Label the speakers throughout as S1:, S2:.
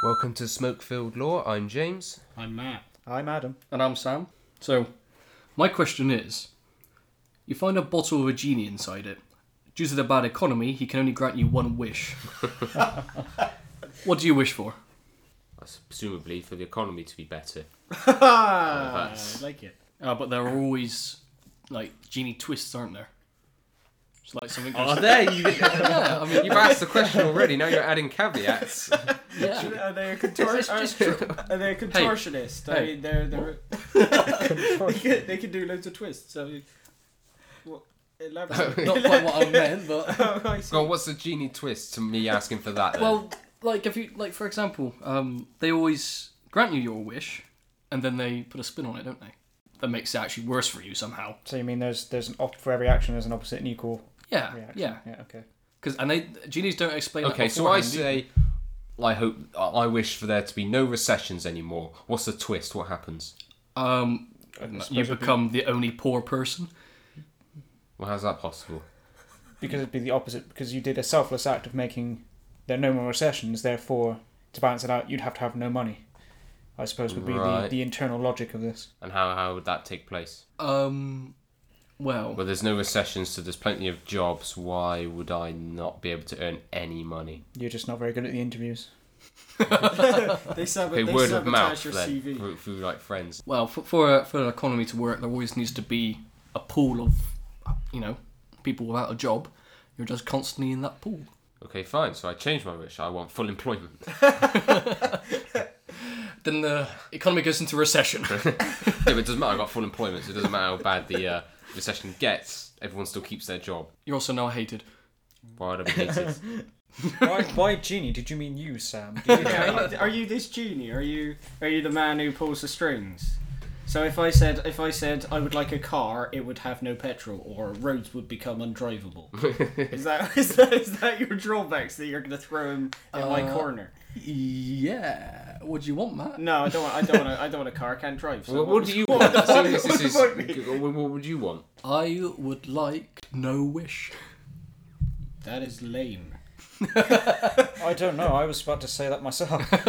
S1: Welcome to Smoke-Filled Law. I'm James.
S2: I'm Matt.
S3: I'm Adam.
S4: And I'm Sam. So, my question is you find a bottle with a genie inside it. Due to the bad economy, he can only grant you one wish. what do you wish for?
S1: That's presumably for the economy to be better.
S2: I like it.
S4: Uh, but there are always, like, genie twists, aren't there? It's like something goes.
S1: Are there? You,
S4: yeah, I mean,
S1: you've asked the question already. Now you're adding caveats.
S4: yeah.
S2: Are they a, contor- are, are they a contortionist? I
S4: Hey.
S2: mean, they're, they're, they, can, they can do loads of twists. So, well, elaborate.
S4: Not quite what I meant, but.
S2: Oh, I see.
S1: Well, what's the genie twist to me asking for that? Then?
S4: Well, like if you like for example, um, they always grant you your wish, and then they put a spin on it, don't they? That makes it actually worse for you somehow.
S3: So you mean there's there's an op- for every action there's an opposite and equal
S4: Yeah,
S3: reaction?
S4: yeah.
S3: Yeah. Okay.
S4: Because and they genies don't explain.
S1: okay.
S4: that
S1: So I
S4: beforehand, do
S1: say, I hope, I wish for there to be no recessions anymore. What's the twist? What happens?
S4: you? um, you
S3: suppose it'd be-
S4: become the only poor person.
S1: Well, how's that possible?
S3: Because it'd be the opposite. Because you did a selfless act of making there are no more recessions. Therefore, to balance it out, you'd have to have no money. I suppose would be
S1: Right.
S3: the, the internal logic of this.
S1: And how how would that take place?
S4: Um, well,
S1: Well, there's no recession, so there's plenty of jobs. Why would I not be able to earn any money?
S3: You're just not very good at the interviews.
S2: they sab-
S1: Okay,
S2: they
S1: word of
S2: sabotage
S1: mouth
S2: your
S1: then
S2: CV.
S1: through, through like friends.
S4: well, for for, a, for an economy to work, there always needs to be a pool of, you know, people without a job. You're just constantly in that pool.
S1: Okay, fine. So I changed my wish. I want full employment.
S4: Then the economy goes into recession.
S1: yeah, but it doesn't matter. I got full employment, so it doesn't matter how bad the uh, recession gets. Everyone still keeps their job.
S4: You're also now hated.
S1: Why would I be hated?
S3: why, why genie? Did you mean you, Sam?
S2: Yeah, are, you, are you this genie? Are you are you the man who pulls the strings? So if I said if I said I would like a car, it would have no petrol, or roads would become undrivable. is that is that is that your drawbacks that you're going to throw in, in my
S3: Uh,
S2: corner?
S4: Yeah. What do you want, Matt?
S2: No, I don't. Want, I don't want. A, I don't want a car. I can't drive. So
S1: Well, what do you want? Seeing as this is- what what would you want?
S4: I would like no wish.
S2: That is lame.
S3: I don't know. I was about to say that myself.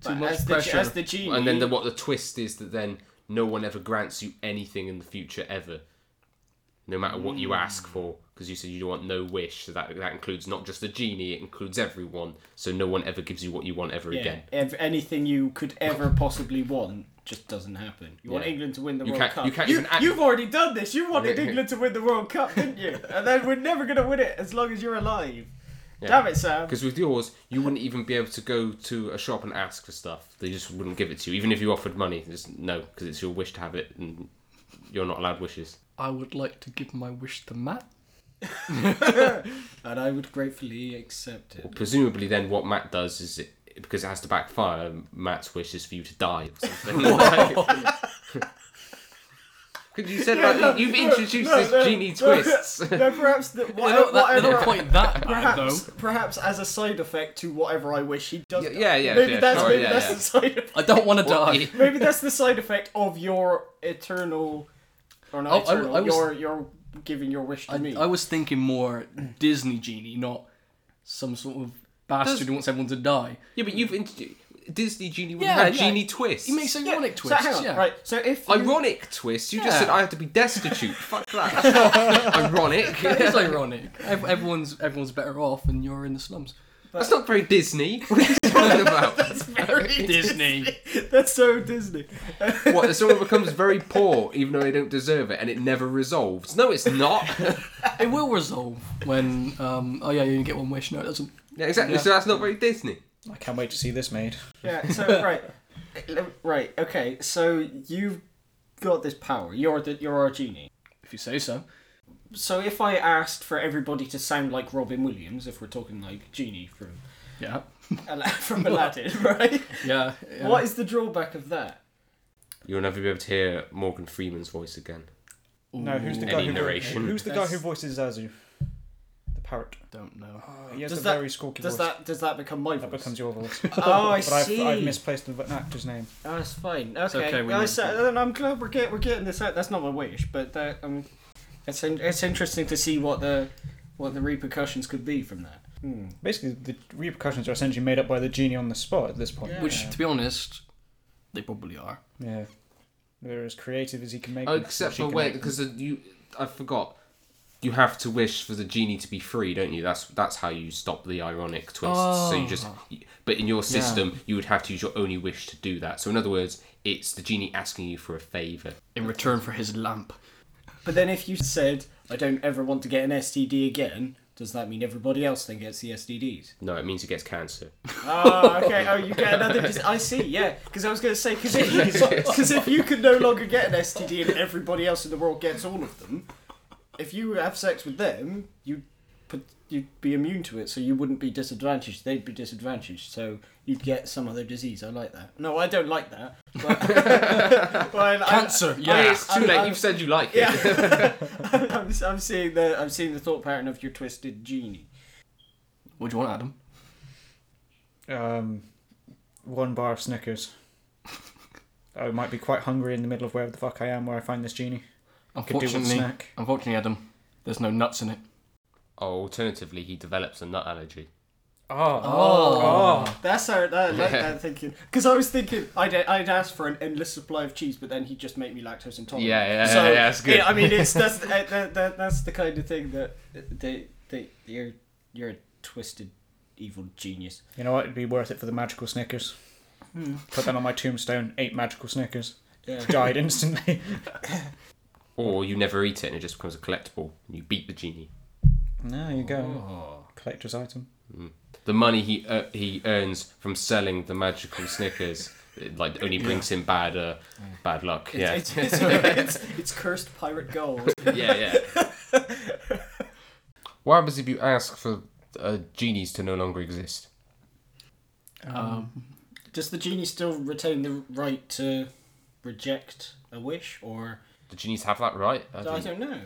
S4: Too
S2: But
S4: much
S2: as
S4: pressure.
S2: The, as the genie,
S1: And then the, what the twist is that then no one ever grants you anything in the future ever, no matter what you ask for, because you said you want no wish. So that that includes not just the genie; it includes everyone. So no one ever gives you what you want ever
S2: yeah,
S1: again.
S2: ev- anything you could ever possibly want just doesn't happen. You want
S1: Yeah.
S2: England to win the
S1: You
S2: World
S1: can't-
S2: Cup.
S1: you can't even act-
S2: have already done this. You wanted
S1: Yeah.
S2: England to win the World Cup, didn't you? And then we're never gonna win it as long as you're alive.
S1: Yeah.
S2: Damn it, Sam.
S1: Because with yours, you wouldn't even be able to go to a shop and ask for stuff. They just wouldn't give it to you, even if you offered money. Just no, because it's your wish to have it, and you're not allowed wishes.
S4: I would like to give my wish to Matt.
S2: And I would gratefully accept it.
S1: Presumably, then what Matt does is it, because it has to backfire. Matt's wish is for you to die. Or something. Because you said about you've introduced
S2: no,
S1: this
S2: no,
S1: genie
S2: no.
S1: twists.
S2: No, perhaps the,
S4: They're
S2: whatever,
S4: not, that, they're not
S2: whatever-
S4: quite that bad, though.
S2: perhaps, perhaps as a side effect to whatever I wish he does.
S1: Yeah, yeah, yeah,
S2: Maybe
S1: yeah,
S2: that's
S1: sure,
S2: maybe
S1: yeah,
S2: that's
S1: yeah.
S2: the side effect.
S4: I don't want to
S1: Well,
S4: die.
S1: yeah.
S2: Maybe that's the side effect of your eternal, or not
S4: Oh, I w-
S2: eternal.
S4: I was-
S2: your your giving your wish to me.
S4: I was thinking more Disney genie, not some sort of bastard who wants everyone to die.
S1: Yeah, but you've introduced Disney genie would
S4: Yeah,
S1: have
S4: yeah.
S1: genie twists.
S4: He makes
S2: Yeah,
S4: ironic
S2: so
S4: twists.
S2: hang on,
S4: yeah.
S2: Right. So if you,
S1: Ironic twist. You just
S4: Yeah.
S1: said I had to be destitute. Fuck that. That's not ironic.
S4: It is ironic. Ev- Everyone's everyone's better off, and you're in the slums.
S1: That's not very Disney. What are you talking about?
S4: Disney.
S2: that's so Disney.
S1: what? That someone becomes very poor even though they don't deserve it, and it never resolves. No, it's not.
S4: It will resolve when. Um, oh yeah, you only get one wish. No, it doesn't.
S1: yeah, exactly. So that's not very Disney.
S3: I can't wait to see this made.
S2: Yeah. So right, right. Okay. So you've got this power. You're the you're our genie.
S4: If you say so.
S2: So if I asked for everybody to sound like Robin Williams, if we're talking like genie from
S4: Yeah.
S2: Ala- from Aladdin, right?
S4: Yeah. yeah.
S2: What is the drawback of that?
S1: You'll never be able to hear Morgan Freeman's voice again.
S3: No, who's the guy
S1: Any
S3: who
S1: narration.
S3: Who's the guy
S2: That's-
S3: who voices Zazu? The parrot.
S4: Don't know.
S3: He has
S2: Oh, Does
S3: a
S2: that-
S3: very squawky
S2: Does
S3: voice.
S2: that does that become my
S3: That
S2: voice?
S3: becomes your voice.
S2: oh, I
S3: but I've,
S2: see.
S3: I've misplaced the an actor's name.
S2: Oh, that's fine. Okay.
S4: okay, we
S2: Yeah,
S4: know.
S2: so- then I'm glad we're, get, we're getting this out. That's not my wish, but uh, that um, it's in, it's interesting to see what the what the repercussions could be from that.
S3: Basically, the repercussions are essentially made up by the genie on the spot at this point.
S2: Yeah.
S4: Which, to be honest, they probably are.
S3: Yeah. They're as creative as he can make
S1: Oh,
S3: them,
S1: except
S3: she
S1: for
S3: can
S1: wait,
S3: make them.
S1: because you, I forgot. You have to wish for the genie to be free, don't you? That's that's how you stop the ironic twists. So you just,
S2: Oh.
S1: but in your system, you would have to use your only wish to do that. So in other words, it's the genie asking you for a favour.
S4: In return for his lamp.
S2: But then if you said, I don't ever want to get an STD again, does that mean everybody else then gets the STDs?
S1: No, it means it gets cancer.
S2: Ah, okay. Oh, you get another. Dis- I see. Yeah, because I was going to say because because if you can no longer get an STD and everybody else in the world gets all of them, if you have sex with them, you put you'd be immune to it, so you wouldn't be disadvantaged. They'd be disadvantaged, so you'd get some other disease. I like that. No, I don't like that. But, but I- I-
S4: Cancer,
S1: Hey,
S4: yeah.
S1: Oh, it's too late. You've said you like it.
S2: yeah. I'm, I'm seeing the I'm seeing the thought pattern of your twisted genie.
S4: What do you want, Adam?
S3: Um, one bar of Snickers. I might be quite hungry in the middle of where the fuck I am, where I find this genie. Could do with a
S4: Unfortunately,
S3: snack.
S4: unfortunately, Adam, there's no nuts in it.
S1: Or alternatively, he develops a nut allergy.
S3: Oh,
S1: Ah,
S4: Oh.
S2: That's how that, like
S1: Yeah.
S2: that thinking. Because I was thinking I'd I'd ask for an endless supply of cheese, but then he just made me lactose intolerant.
S1: Yeah, yeah,
S2: so,
S1: yeah, yeah, that's good.
S2: yeah, I mean, it's that's uh, that, that, that's the kind of thing that they they you're you're a twisted evil genius.
S3: You know what? It'd be worth it for the magical Snickers. Put that on my tombstone. Eight magical Snickers.
S2: Yeah.
S3: Died instantly.
S1: Or you never eat it and it just becomes a collectible. And you beat the genie.
S3: there you go.
S1: Oh,
S3: Collector's item.
S1: The money he uh, he earns from selling the magical Snickers, it, like only brings him bad uh, bad luck. yeah,
S2: It's, it's, it's, it's, it's cursed pirate gold.
S1: yeah, yeah. what happens if you ask for uh, genies to no longer exist?
S3: Um,
S2: Does the genie still retain the right to reject a wish, or
S1: Do genies have that right? I
S2: I
S1: think-
S2: don't know?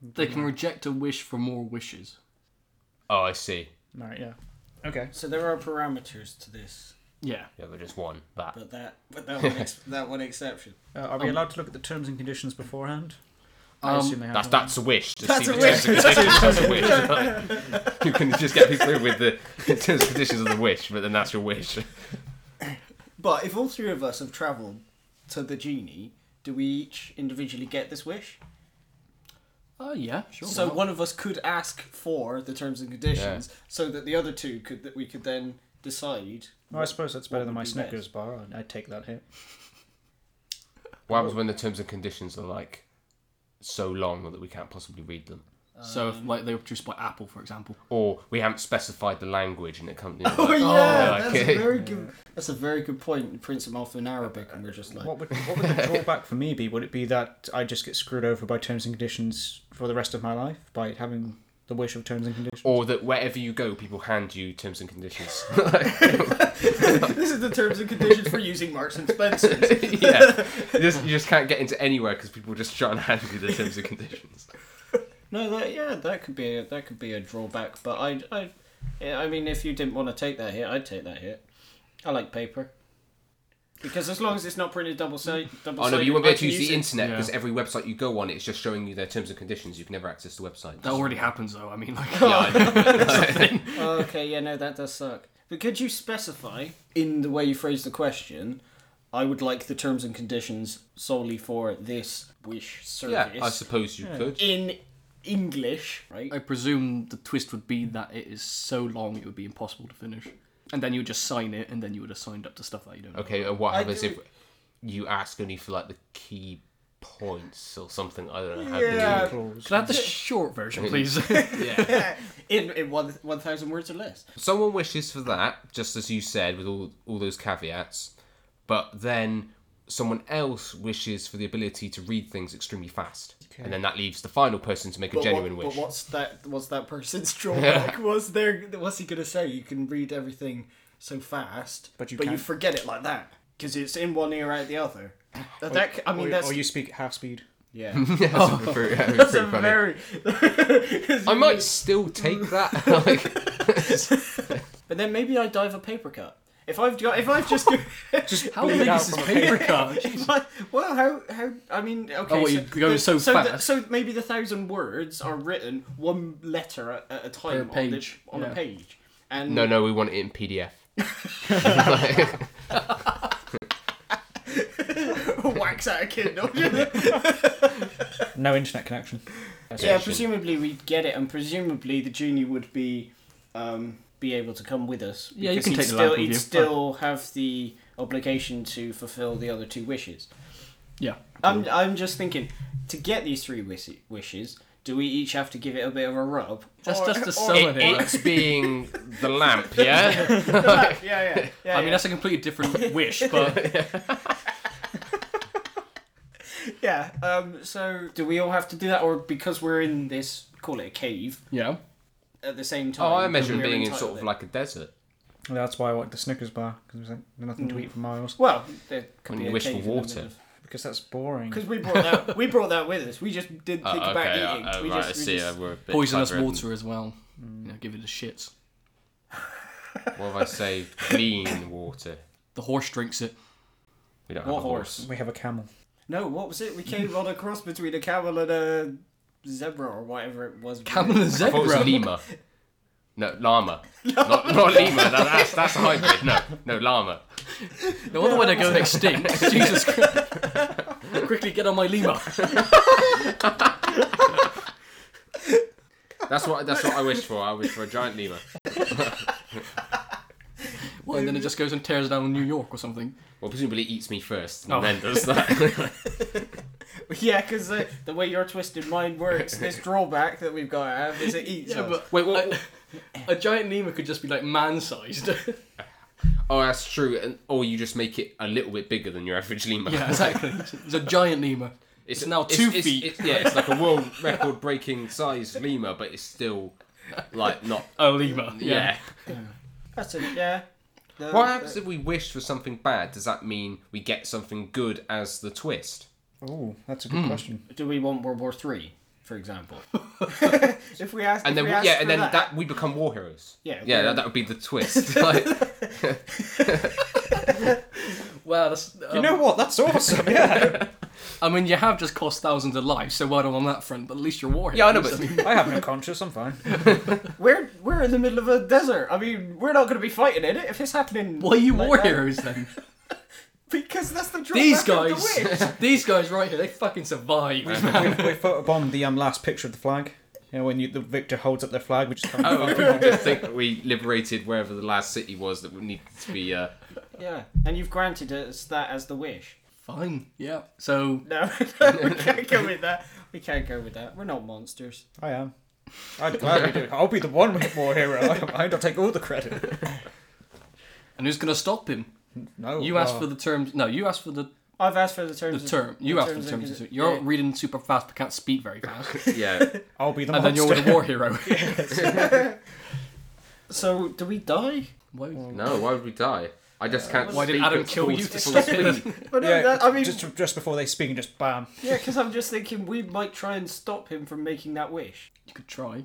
S4: They can reject a wish for more wishes.
S1: Oh, I see.
S3: Right, yeah. Okay.
S2: So there are parameters to this,
S4: Yeah.
S1: Yeah, they're just one. That.
S2: but that but that one ex- that one exception.
S3: Uh, are we allowed to look at the terms and conditions beforehand? I
S4: Um,
S3: assume they have
S1: That's
S3: to-
S1: that's a wish. To
S2: That's
S1: see
S2: a
S1: the terms and conditions. that's a wish. you can just get people with the terms and conditions of the wish, but then that's your wish.
S2: But if all three of us have travelled to the genie, do we each individually get this wish?
S4: Oh, yeah, sure.
S2: so
S4: why not?
S2: one of us could ask for the terms and conditions, so that the other two could that we could then decide.
S3: Well, I suppose that's better than
S2: would
S3: my
S2: be
S3: Snickers bar. I'd- I'd take that hit.
S1: What happens when the terms and conditions are like so long that we can't possibly read them?
S4: So, if, like, they were produced by Apple, for example.
S1: Or we haven't specified the language and it comes. You know,
S2: Oh
S1: like-
S2: yeah,
S1: yeah,
S2: that's
S1: okay.
S2: a very good. That's a very good point. You print them off in Arabic, and we're just like,
S3: What would what would the drawback for me be? Would it be that I just get screwed over by terms and conditions for the rest of my life by having the wish of terms and conditions?
S1: Or that wherever you go, people hand you terms and conditions.
S2: this is the terms and conditions for using Marks and Spencer.
S1: yeah, you just, you just can't get into anywhere because people just try and hand you the terms and conditions.
S2: No, that yeah, that could be a, that could be a drawback. But I, I, yeah, I mean, if you didn't want to take that hit, I'd take that hit. I like paper because as long as it's not printed double side, double
S1: Oh no, but you won't be able to use the internet
S4: Yeah.
S1: because every website you go on, it's just showing you their terms and conditions. You can never access the website.
S4: That already happens, though. I mean, like,
S2: Oh, okay, yeah, no, that does suck. But could you specify in the way you phrase the question? I would like the terms and conditions solely for this wish
S1: yeah,
S2: service
S1: I suppose you could.
S2: in English, right?
S4: I presume the twist would be that it is so long it would be impossible to finish. And then you would just sign it, and then you would have signed up to stuff that you don't know.
S1: Okay, and what
S2: I
S1: happens
S2: do-
S1: if you ask only for like the key points or something? I don't know. How to
S2: Yeah.
S4: Could I have the short version, please?
S1: do it. yeah.
S2: in in one one thousand words or less.
S1: Someone wishes for that, just as you said, with all all those caveats, but then someone else wishes for the ability to read things extremely fast, and then that leaves the final person to make a
S2: But
S1: genuine
S2: what-
S1: wish.
S2: But what's that? What's that person's drawback? What's their? What's he gonna say? You can read everything so fast,
S3: But you
S2: but you
S3: can't-
S2: forget it like that because it's in one ear out the other. That, that c- I mean,
S3: or,
S2: that's
S3: or you speak at half speed.
S2: yeah.
S1: Yeah, that's a very- that'd be pretty funny.
S2: Oh, That's a very.
S1: I might still take that. like,
S2: But then maybe I dive a paper cut. If I've got, if I've just,
S3: Just
S4: How
S3: bleed
S4: big
S3: out
S4: is
S3: from
S4: this
S3: a
S4: paper card?
S2: if I- well, how, how? I mean, okay.
S4: Oh, well,
S2: so
S4: you go
S2: the-
S4: so
S2: so the-
S4: fast.
S2: so maybe the thousand words are written one letter at, at a time
S4: page,
S2: on, the,
S4: yeah.
S2: on a page. And
S1: No, no, we want it in PDF.
S2: wax out a Kindle.
S3: No internet connection.
S2: yeah, presumably we'd get it, and presumably the junior would be um, be able to come with us.
S4: Yeah, you
S2: because
S4: can
S2: he'd
S4: take the
S2: still,
S4: laptop
S2: He'd
S4: with you.
S2: still have the obligation to fulfil the other two wishes.
S4: Yeah.
S2: I'm, I'm just thinking, to get these three wis- wishes, do we each have to give it a bit of a rub?
S4: That's
S2: Or-
S4: just the
S2: or-
S4: sum
S1: It,
S4: of it.
S1: it's being the lamp, yeah?
S2: yeah, yeah, yeah.
S4: I mean, that's a completely different wish, but
S2: yeah. Um, so, do we all have to do that, or because we're in this, call it a cave,
S4: yeah.
S2: at the same time?
S1: Oh, I imagine
S2: measured
S1: being in sort of like a desert.
S3: That's why I like the Snickers bar because there's nothing to eat for miles.
S2: Well, there could
S1: When
S2: be
S1: you
S2: a
S1: wish
S2: cave
S1: for
S2: in the
S1: water.
S2: middle of-
S3: Because that's boring.
S2: Because we brought that we brought that with us. We just didn't think
S1: Oh,
S2: about
S1: okay,
S2: eating.
S1: uh, uh,
S2: we
S1: right, I
S2: just, we
S1: see.
S2: just-
S1: uh, we're a bit
S4: Poisonous
S1: cleverer than-
S4: water as well. You know, give it a shit.
S1: What have I saved? Clean water.
S4: The horse drinks it.
S1: We don't
S2: What
S1: have a horse.
S3: We have a camel.
S2: No, what was it? We came on a cross between a camel and a zebra or whatever it was.
S4: Camel and
S1: I thought it was
S4: zebra.
S1: Lima. No, llama. Not, not Lima. That, that's, that's a hybrid. No, no, llama.
S4: No wonder why they're going extinct. Jesus Christ. Quickly get on my lima.
S1: That's what that's what I wish for. I wish for a giant lemur.
S4: Well, and then it just goes and tears down New York or something.
S1: Well, presumably it eats me first, and
S4: Oh.
S1: then does that.
S2: Yeah, because the, the way your twisted mind works, this drawback that we've got to have is it eats us.
S1: Wait, what?
S4: A giant lima could just be like man-sized.
S1: Oh, that's true. And or you just make it a little bit bigger than your average lemur.
S4: yeah, exactly. It's a giant lima. It's, now two
S1: it's-
S4: feet.
S1: it's- yeah, it's like a world record-breaking size lemur, but it's still like not.
S4: a lima.
S1: Yeah.
S2: That's it. Yeah. No,
S1: What happens if we wish for something bad? Does that mean we get something good as the twist?
S3: Oh, that's
S4: Hmm.
S3: a good question.
S2: Do we want World War Three, for example? if we ask,
S1: And
S2: if
S1: then
S2: we
S1: we,
S2: ask
S1: yeah,
S2: for
S1: and then
S2: that,
S1: that. we become war heroes.
S2: Yeah,
S1: yeah,
S2: we're-
S1: that, that would be the twist. like,
S4: Wow, that's. Um,
S3: You know what? That's awesome. Yeah,
S4: I mean, you have just cost thousands of lives, so well done on that front. But at least you're warhead.
S1: yeah, I know, but
S4: So-
S3: I have no conscience. I'm fine.
S2: we're we're in the middle of a desert. I mean, we're not going to be fighting in it if it's happening.
S4: why are you
S2: like
S4: war
S2: that.
S4: heroes then?
S2: Because that's the drawback.
S4: These
S2: Of the
S4: guys,
S2: wish.
S4: these guys right here, they fucking survive.
S3: we, we photobombed the um, last picture of the flag. You know, when you, the victor holds up their flag, we just come.
S1: Oh, people just think that we liberated wherever the last city was that would need to be. Uh,
S2: Yeah, and you've granted us that as the wish.
S4: Fine. Yeah. So
S2: No, no, we can't go with that. We can't go with that. We're not monsters.
S3: I am. I'd gladly do. it. I'll be the one with war hero. I don't mind. I'll take all the credit.
S4: And who's going to stop him?
S3: No.
S4: You asked
S3: oh.
S4: for the terms. No, you asked for the,
S2: I've asked for the terms.
S4: the term.
S2: Of,
S4: You asked for
S2: terms
S4: the
S2: and
S4: terms.
S2: condi-
S4: of- You're
S2: yeah.
S4: reading super fast, but can't speak very fast.
S1: yeah,
S3: I'll be the
S4: and then
S3: monster.
S4: you're the war hero.
S2: So, do we die?
S4: Why-
S1: no, why would we die? I
S2: Uh,
S1: just can't.
S4: Why did
S1: speak
S4: Adam
S1: at
S4: kill
S1: full-
S4: you?
S1: full speed.
S2: Well, no,
S3: Yeah,
S2: that, I mean,
S3: just just before they speak, and just bam.
S2: yeah, because I'm just thinking we might try and stop him from making that wish.
S4: You could try,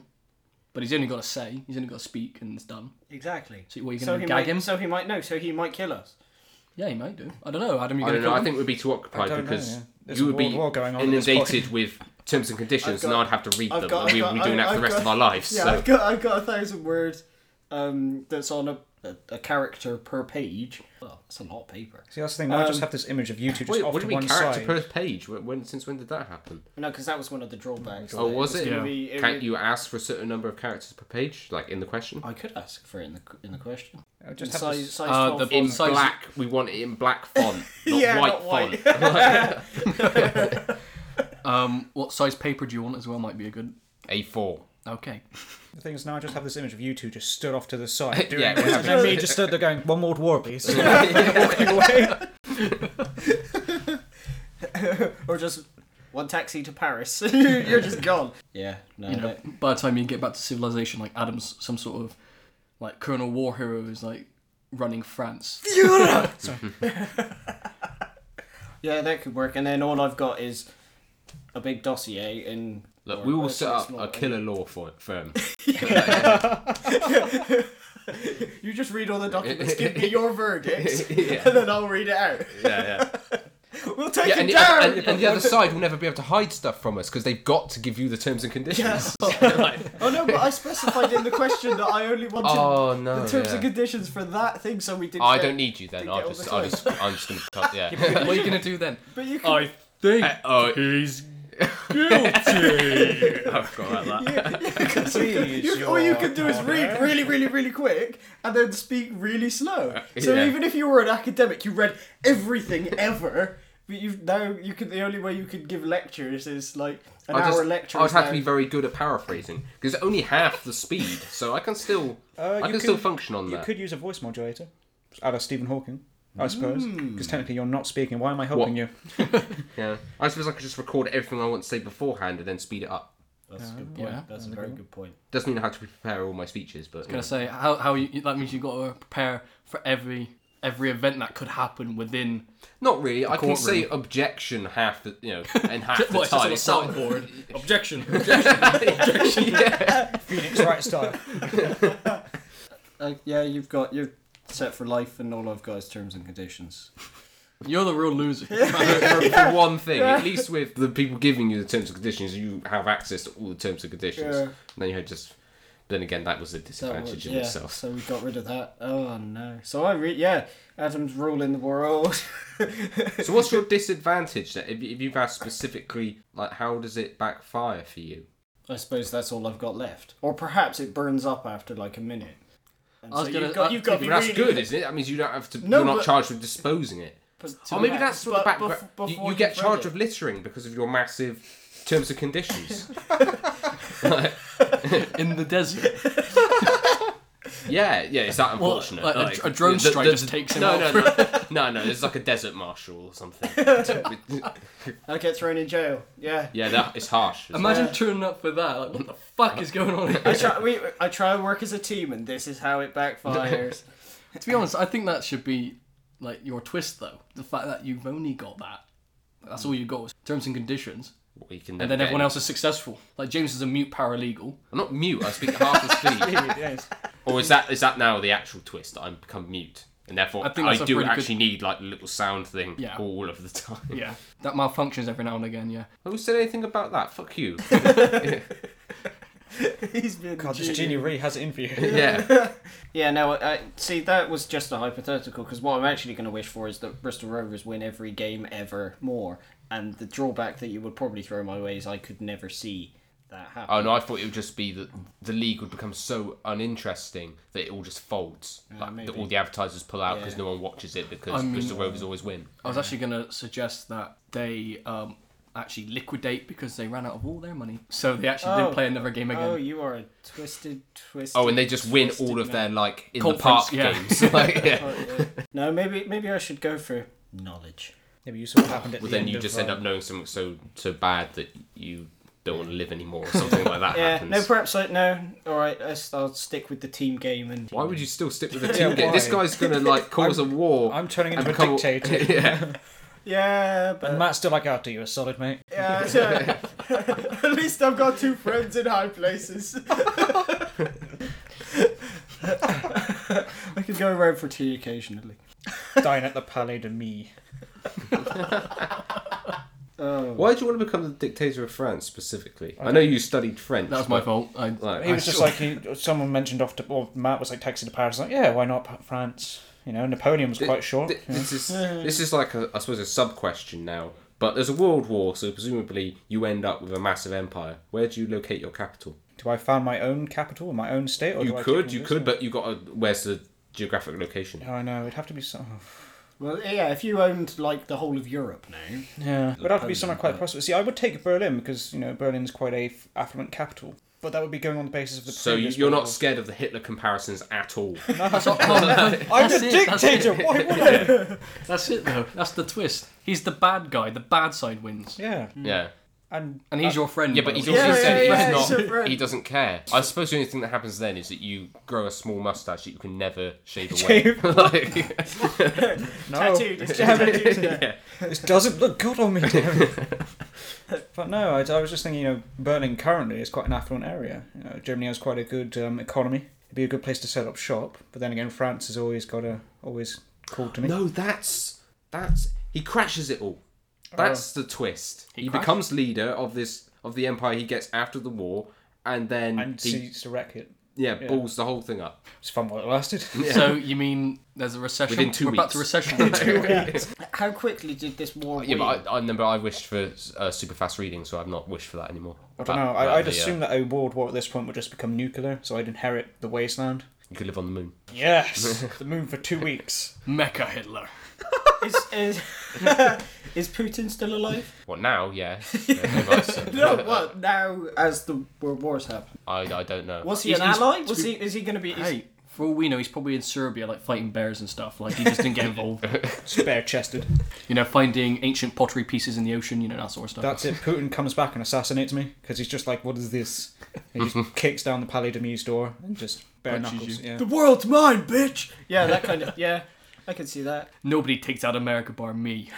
S4: but he's only got to say. He's only got to speak, and it's done.
S2: Exactly.
S4: So what, you're
S2: so
S4: going
S2: he
S4: to
S2: might,
S4: gag him?
S2: So he might know. So he might kill us.
S4: Yeah, he might do. I don't know, Adam. You
S1: I
S4: going
S1: don't know.
S4: to kill
S1: I
S4: him?
S1: think we'd be too occupied
S3: don't know,
S1: because
S3: yeah. There's
S1: you
S3: a
S1: would be
S3: world war going on at this
S1: inundated with terms and
S2: I've
S1: conditions,
S2: got-
S1: and I'd have to read
S2: I've
S1: them,
S2: got-
S1: and
S2: I've
S1: we
S2: got-
S1: would be doing that for
S2: I've
S1: the rest
S2: got-
S1: of our lives.
S2: Yeah,
S1: so.
S2: I've got I've got a thousand words, um, that's on a, a, a character per page. Well, that's a lot of paper.
S3: See, that's the thing. I just have this image of you two just
S1: Wait,
S3: off
S1: what
S3: to
S1: do we
S3: one
S1: character
S3: side.
S1: per page? When, when since when did that happen?
S2: No, because that was one of the drawbacks.
S1: Oh, was it?
S2: gonna
S4: Yeah.
S2: be- it
S1: Can't
S2: would-
S1: you ask for a certain number of characters per page, like in the question?
S2: I could ask for it in the in the question.
S3: I would just have
S2: size,
S3: this-
S2: size
S4: Uh,
S2: 12
S4: the-
S1: in
S2: font.
S4: Size-
S1: black. We want it in black font, not
S2: Yeah,
S1: white
S2: not white.
S1: font.
S4: Um, what size paper do you want as well? Might be a good.
S1: A4.
S4: Okay.
S3: The thing is, now I just have this image of you two just stood off to the side doing
S1: Yeah,
S3: this,
S1: we're
S3: and then me just stood there going, "One more war, please." Walking away.
S2: or just one taxi to Paris. You're just gone. Yeah, no.
S4: You know,
S2: that-
S4: by the time you get back to civilization, like Adam's some sort of like Colonel War Hero is like running France.
S2: yeah, that could work. And then all I've got is a big dossier and.
S1: Look,
S2: or-
S1: we
S2: or
S1: will set
S2: it's
S1: up
S2: not
S1: a killer law for, firm.
S2: You just read all the documents. give me your verdict,
S1: yeah,
S2: and then I'll read it out.
S1: yeah, yeah.
S2: We'll take
S1: Yeah,
S2: him
S1: and, the-
S2: down.
S1: and- and the other side will never be able to hide stuff from us because they've got to give you the terms and conditions.
S2: oh no, but I specified in the question that I only wanted
S1: Oh no!
S2: the terms
S1: yeah.
S2: and conditions for that thing, so we didn't.
S1: Oh, I
S2: get-
S1: don't need you then.
S2: Didn't
S1: I'll
S2: get all
S1: just,
S2: the
S1: I'll just, I'm just gonna cut. Yeah.
S4: what are you gonna do then?
S2: But you can.
S4: I think
S1: oh,
S4: he's guilty.
S1: I forgot about that.
S2: you- all you can do is read really, really, really quick, and then speak really slow. So
S1: Uh, yeah.
S2: even if you were an academic, you read everything ever. But you now you can. The only way you could give lectures is like an
S1: I
S2: hour
S1: just,
S2: lecture.
S1: I'd
S2: is
S1: have
S2: now-
S1: to be very good at paraphrasing because only half the speed, so I can still,
S3: Uh,
S1: I
S3: you
S1: can still
S3: could-
S1: function on
S3: You
S1: that.
S3: could use a voice modulator, a la Stephen Hawking, I suppose, because technically you're not speaking. Why am I helping
S1: What?
S3: you?
S1: Yeah, I suppose I could just record everything I want to say beforehand and then speed it up.
S2: That's a good
S4: point. yeah.
S2: That's a very good point.
S1: Doesn't mean I have to prepare all my speeches, but you
S4: gonna say how how you, that means you've got to prepare for every every event that could happen within.
S1: know. not really. I can
S4: courtroom.
S1: say objection half the, you know, and half the
S4: Well, it's just on
S1: time.
S4: a soundboard. Objection.
S3: Phoenix Wright style.
S2: Uh, yeah, you've got you're set for life, and all I've got is terms and conditions.
S4: You're the real loser.
S1: for, for one thing. At least with the people giving you the terms and conditions, you have access to all the terms and conditions.
S2: Yeah.
S1: And then you had just. Then again, that was a disadvantage in
S2: yeah,
S1: itself.
S2: So we got rid of that. Oh no. So I re- yeah, Adam's ruling the world.
S1: So what's your disadvantage then? If, you- if you've asked specifically, like, how does it backfire for you?
S2: I suppose that's all I've got left. Or perhaps it burns up after like a minute. And
S4: I was
S2: so
S4: gonna-
S2: you've got,
S4: I-
S2: you've got to
S1: But
S2: be
S1: that's
S2: really
S1: good, isn't it? That means you don't have to.
S2: No,
S1: you're not
S2: but-
S1: charged with disposing it.
S2: to
S1: Or Oh, maybe
S2: that.
S1: that's what the
S2: But
S1: background.
S2: bef-
S1: you,
S2: before
S1: you get
S2: you've read
S1: charged
S2: it.
S1: with littering because of your massive terms and conditions.
S4: in the desert.
S1: yeah, yeah, it's that unfortunate.
S4: like, a- a drone strike just takes him
S1: no,
S4: out.
S1: No, no, no, no. It's like a desert marshal or something.
S2: I get thrown in jail. Yeah.
S1: yeah, that it's harsh. isn't it?
S4: Imagine turning up for that. Like, what the fuck is going on?
S2: I
S4: Here?
S2: try, we, I try and work as a team, and this is how it backfires.
S4: to be honest, I think that should be like your twist, though. The fact that you've only got that. That's all you got was terms and conditions,
S1: Well, you can
S4: and
S1: never
S4: then
S1: get
S4: everyone
S1: any-
S4: else is successful. Like James is a mute paralegal.
S1: I'm not mute. I speak at half the speed.
S3: yes.
S1: Or is that is that now the actual twist that I'm become mute and therefore I,
S4: I think that's a
S1: do
S4: pretty good-
S1: actually need like a little sound thing
S4: Yeah.
S1: all of the time.
S4: Yeah, that malfunctions every now and again. Yeah,
S1: Who said anything about that? Fuck you.
S2: He's been
S3: God, this genie really has it in for you.
S1: yeah.
S2: Yeah, no, I, see, that was just a hypothetical because what I'm actually going to wish for is that Bristol Rovers win every game ever more. And the drawback that you would probably throw my way is I could never see that happen.
S1: Oh no, I thought it would just be that the league would become so uninteresting that it all just folds. like that
S2: maybe.
S1: all the advertisers pull out because
S2: Yeah.
S1: no one watches it because
S4: I mean-
S1: Bristol Rovers always win.
S4: I was actually gonna suggest that they um, actually liquidate because they ran out of all their money, so they actually
S2: Oh.
S4: didn't play another game again.
S2: Oh, you are a twisted, twisted.
S1: Oh, and they just win all of
S2: that.
S1: their like in the
S4: Conference,
S1: park
S4: yeah.
S1: games. like, yeah.
S2: Oh, No, maybe maybe I should go for knowledge.
S3: Maybe you saw what happened at
S1: Well,
S3: the
S1: then
S3: end
S1: you
S3: of,
S1: just
S3: uh,
S1: end up knowing something so so bad that you don't want to live anymore or something like that
S2: Yeah,
S1: happens.
S2: no, perhaps I no. All right, I, will stick with the team game and.
S1: Why would you still stick with the
S3: Yeah,
S1: team game? This
S3: why?
S1: guy's gonna like cause a war.
S3: I'm turning
S1: and
S3: into a
S1: become-
S3: dictator.
S1: yeah.
S2: Yeah,
S3: And
S2: but
S3: Matt's still like, I'll do you a solid, mate.
S2: yeah, so- at least I've got two friends in high places. I could go around for tea occasionally.
S3: Dine at the Palais de Me.
S2: Oh,
S1: Why do you want to become the dictator of France specifically? I know you studied French.
S4: That was my
S1: but,
S4: fault. I,
S1: Like,
S3: He was just like, he, someone mentioned off to, or Matt was like texting to Paris, like, yeah, why not Pa- France? You know, Napoleon was quite short.
S1: Th- This is this is like a, I suppose a sub question now. But there's a world war, so presumably you end up with a massive empire. Where do you locate your capital?
S3: Do I found my own capital, my own state? Or
S1: You
S3: do I
S1: could,
S3: keep
S1: you
S3: this?
S1: could, but you got to, where's the geographic location?
S3: Oh, I know, it'd have to be some. oh,
S2: well, yeah. If you owned like the whole of Europe now,
S3: Yeah, it would have to be somewhere quite prosperous. See, I would take Berlin because you know Berlin's quite a f- affluent capital, but that would be going on the basis of the.
S1: So you,
S3: previous
S1: you're
S3: World
S1: not scared of the Hitler comparisons at all.
S3: War. I'm
S4: That's
S3: a
S4: it, that's
S3: dictator. Why would I?
S4: That's it though. That's the twist. He's the bad guy. The bad side wins,
S3: Yeah,
S1: yeah.
S3: and
S4: and he's your friend.
S1: Uh, Yeah, but he's
S4: he's
S1: also
S2: Yeah, yeah,
S1: said
S2: yeah,
S1: he's
S2: he's a
S1: not.
S2: friend.
S1: He doesn't care. I suppose the only thing that happens then is that you grow a small mustache that you can never shave away.
S3: Shave.
S1: like,
S3: no,
S1: Oh.
S2: tattooed. It's just tattooed. there.
S3: this doesn't look good on me. Darren. but no, I, I was just thinking. You know, Berlin currently is quite an affluent area. You know, Germany has quite a good um, economy. It'd be a good place to set up shop. But then again, France has always got a always called to me.
S1: no, that's that's he crashes it all. That's the twist. Oh. He,
S4: crashed?
S1: becomes leader of this of the empire he gets after the war, and then
S3: and
S1: he
S3: sees to wreck it.
S1: yeah, balls the whole thing up.
S3: It's fun while it lasted.
S4: So you mean there's a recession?
S1: Within two
S4: We're back to
S1: weeks.
S4: recession.
S2: How quickly did this war?
S1: Yeah,
S2: win?
S1: but I, I remember I wished for uh, super fast reading, so I've not wished for that anymore.
S3: I don't know. I, I'd
S1: uh,
S3: assume that a world war at this point would just become nuclear, so I'd inherit the wasteland.
S1: you could live on the moon.
S3: Yes, the moon for two weeks.
S4: Mecha Hitler.
S2: is, is, is Putin still alive?
S1: What now? Yeah, Yeah, but, uh,
S2: No, what now? As the world wars happen,
S1: I, I don't know.
S2: was he
S4: He's-
S2: an
S4: he's-
S2: ally? Was he? Is he going to be? is-
S4: Hey, for all we know, he's probably in Serbia, like fighting bears and stuff. Like he just didn't get involved.
S3: Spare chested.
S4: You know, finding ancient pottery pieces in the ocean. You know that sort of stuff.
S3: That's it. Putin comes back and assassinates me because he's just like, "What is this?" And he just kicks down the Palais de Muse door and just bare
S4: Punches
S3: knuckles.
S4: you.
S3: Yeah.
S2: The world's mine, bitch. Yeah, that kind of. Yeah, I can see that.
S4: Nobody takes out America bar me.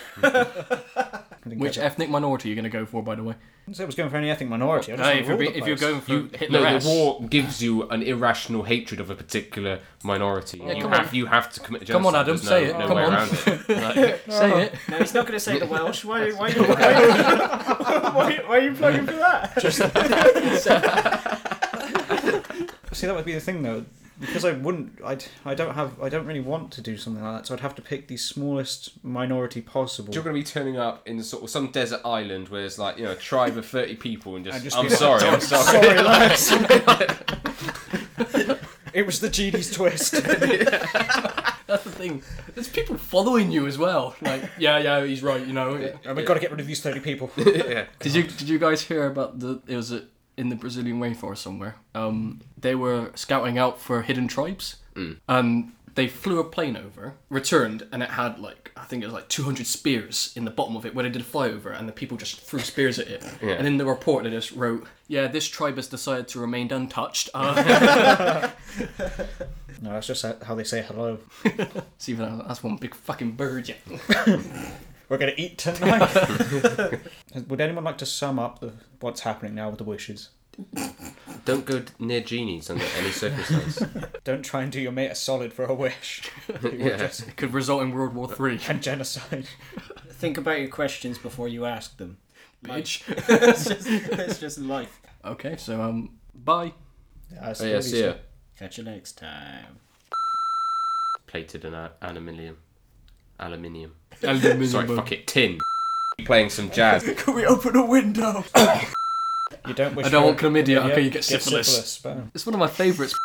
S4: Which ethnic minority are you going to go for, by the way?
S3: So I was going for any ethnic minority. I just
S4: Uh,
S3: went
S4: if,
S3: all
S4: you're, be-
S3: the
S4: if you're
S3: place.
S4: going for Hitler,
S1: No, the war gives you an irrational hatred of a particular minority. you
S4: come
S1: have
S4: on.
S1: you have to commit genocide.
S4: Come on, Adam,
S1: There's
S4: say
S1: no,
S4: it.
S1: No
S4: Come
S1: way
S4: on.
S1: around it. Like,
S4: say it.
S2: No, he's not going to say the Welsh. Why? Why? Why, why, why are you plugging for that?
S3: See, that would be the thing though, because I wouldn't. I'd. I don't have. I don't really want to do something like that. So I'd have to pick the smallest minority possible.
S1: you're going to be turning up in sort of some desert island where it's like you know a tribe of thirty people and just,
S3: And just
S1: I'm
S3: be like,
S1: sorry, I'm sorry.
S3: "Don't- Sorry, lads. it was the genie's twist.
S4: That's the thing. There's people following you as well. Like, yeah, yeah, he's right. You know.
S3: And we've got to get rid of these 30 people.
S1: yeah.
S4: Did you did you guys hear about the? It was a, in the Brazilian rainforest somewhere. Um, they were scouting out for hidden tribes, and they flew a plane over, returned, and it had like I think it was like 200 spears in the bottom of it where they did a flyover, and the people just threw spears at it. And in the report, they just wrote, "Yeah, this tribe has decided to remain untouched." Uh,
S3: No, that's just how they say hello.
S4: see, even that's one big fucking bird. Yeah.
S3: We're going to eat tonight. Would anyone like to sum up the, what's happening now with the wishes?
S1: Don't go d- near genies under any circumstance.
S3: Don't try and do your mate a solid for a wish.
S1: yeah.
S4: It could result in World War Three.
S3: And genocide.
S2: Think about your questions before you ask them.
S4: Bitch.
S2: it's just, it's just life.
S4: Okay, so um, bye.
S3: As
S1: Oh, yeah, see ya.
S2: Catch you next time.
S1: Plated and a- aluminium. Aluminium.
S4: Aluminium.
S1: Sorry, fuck it, tin. Playing some jazz.
S4: Can we open a window?
S3: You don't wish
S4: I don't
S3: for-
S4: want chlamydia.
S3: Yeah,
S4: okay, you get syphilis.
S3: syphilis. Boom.
S4: It's one of my favourites.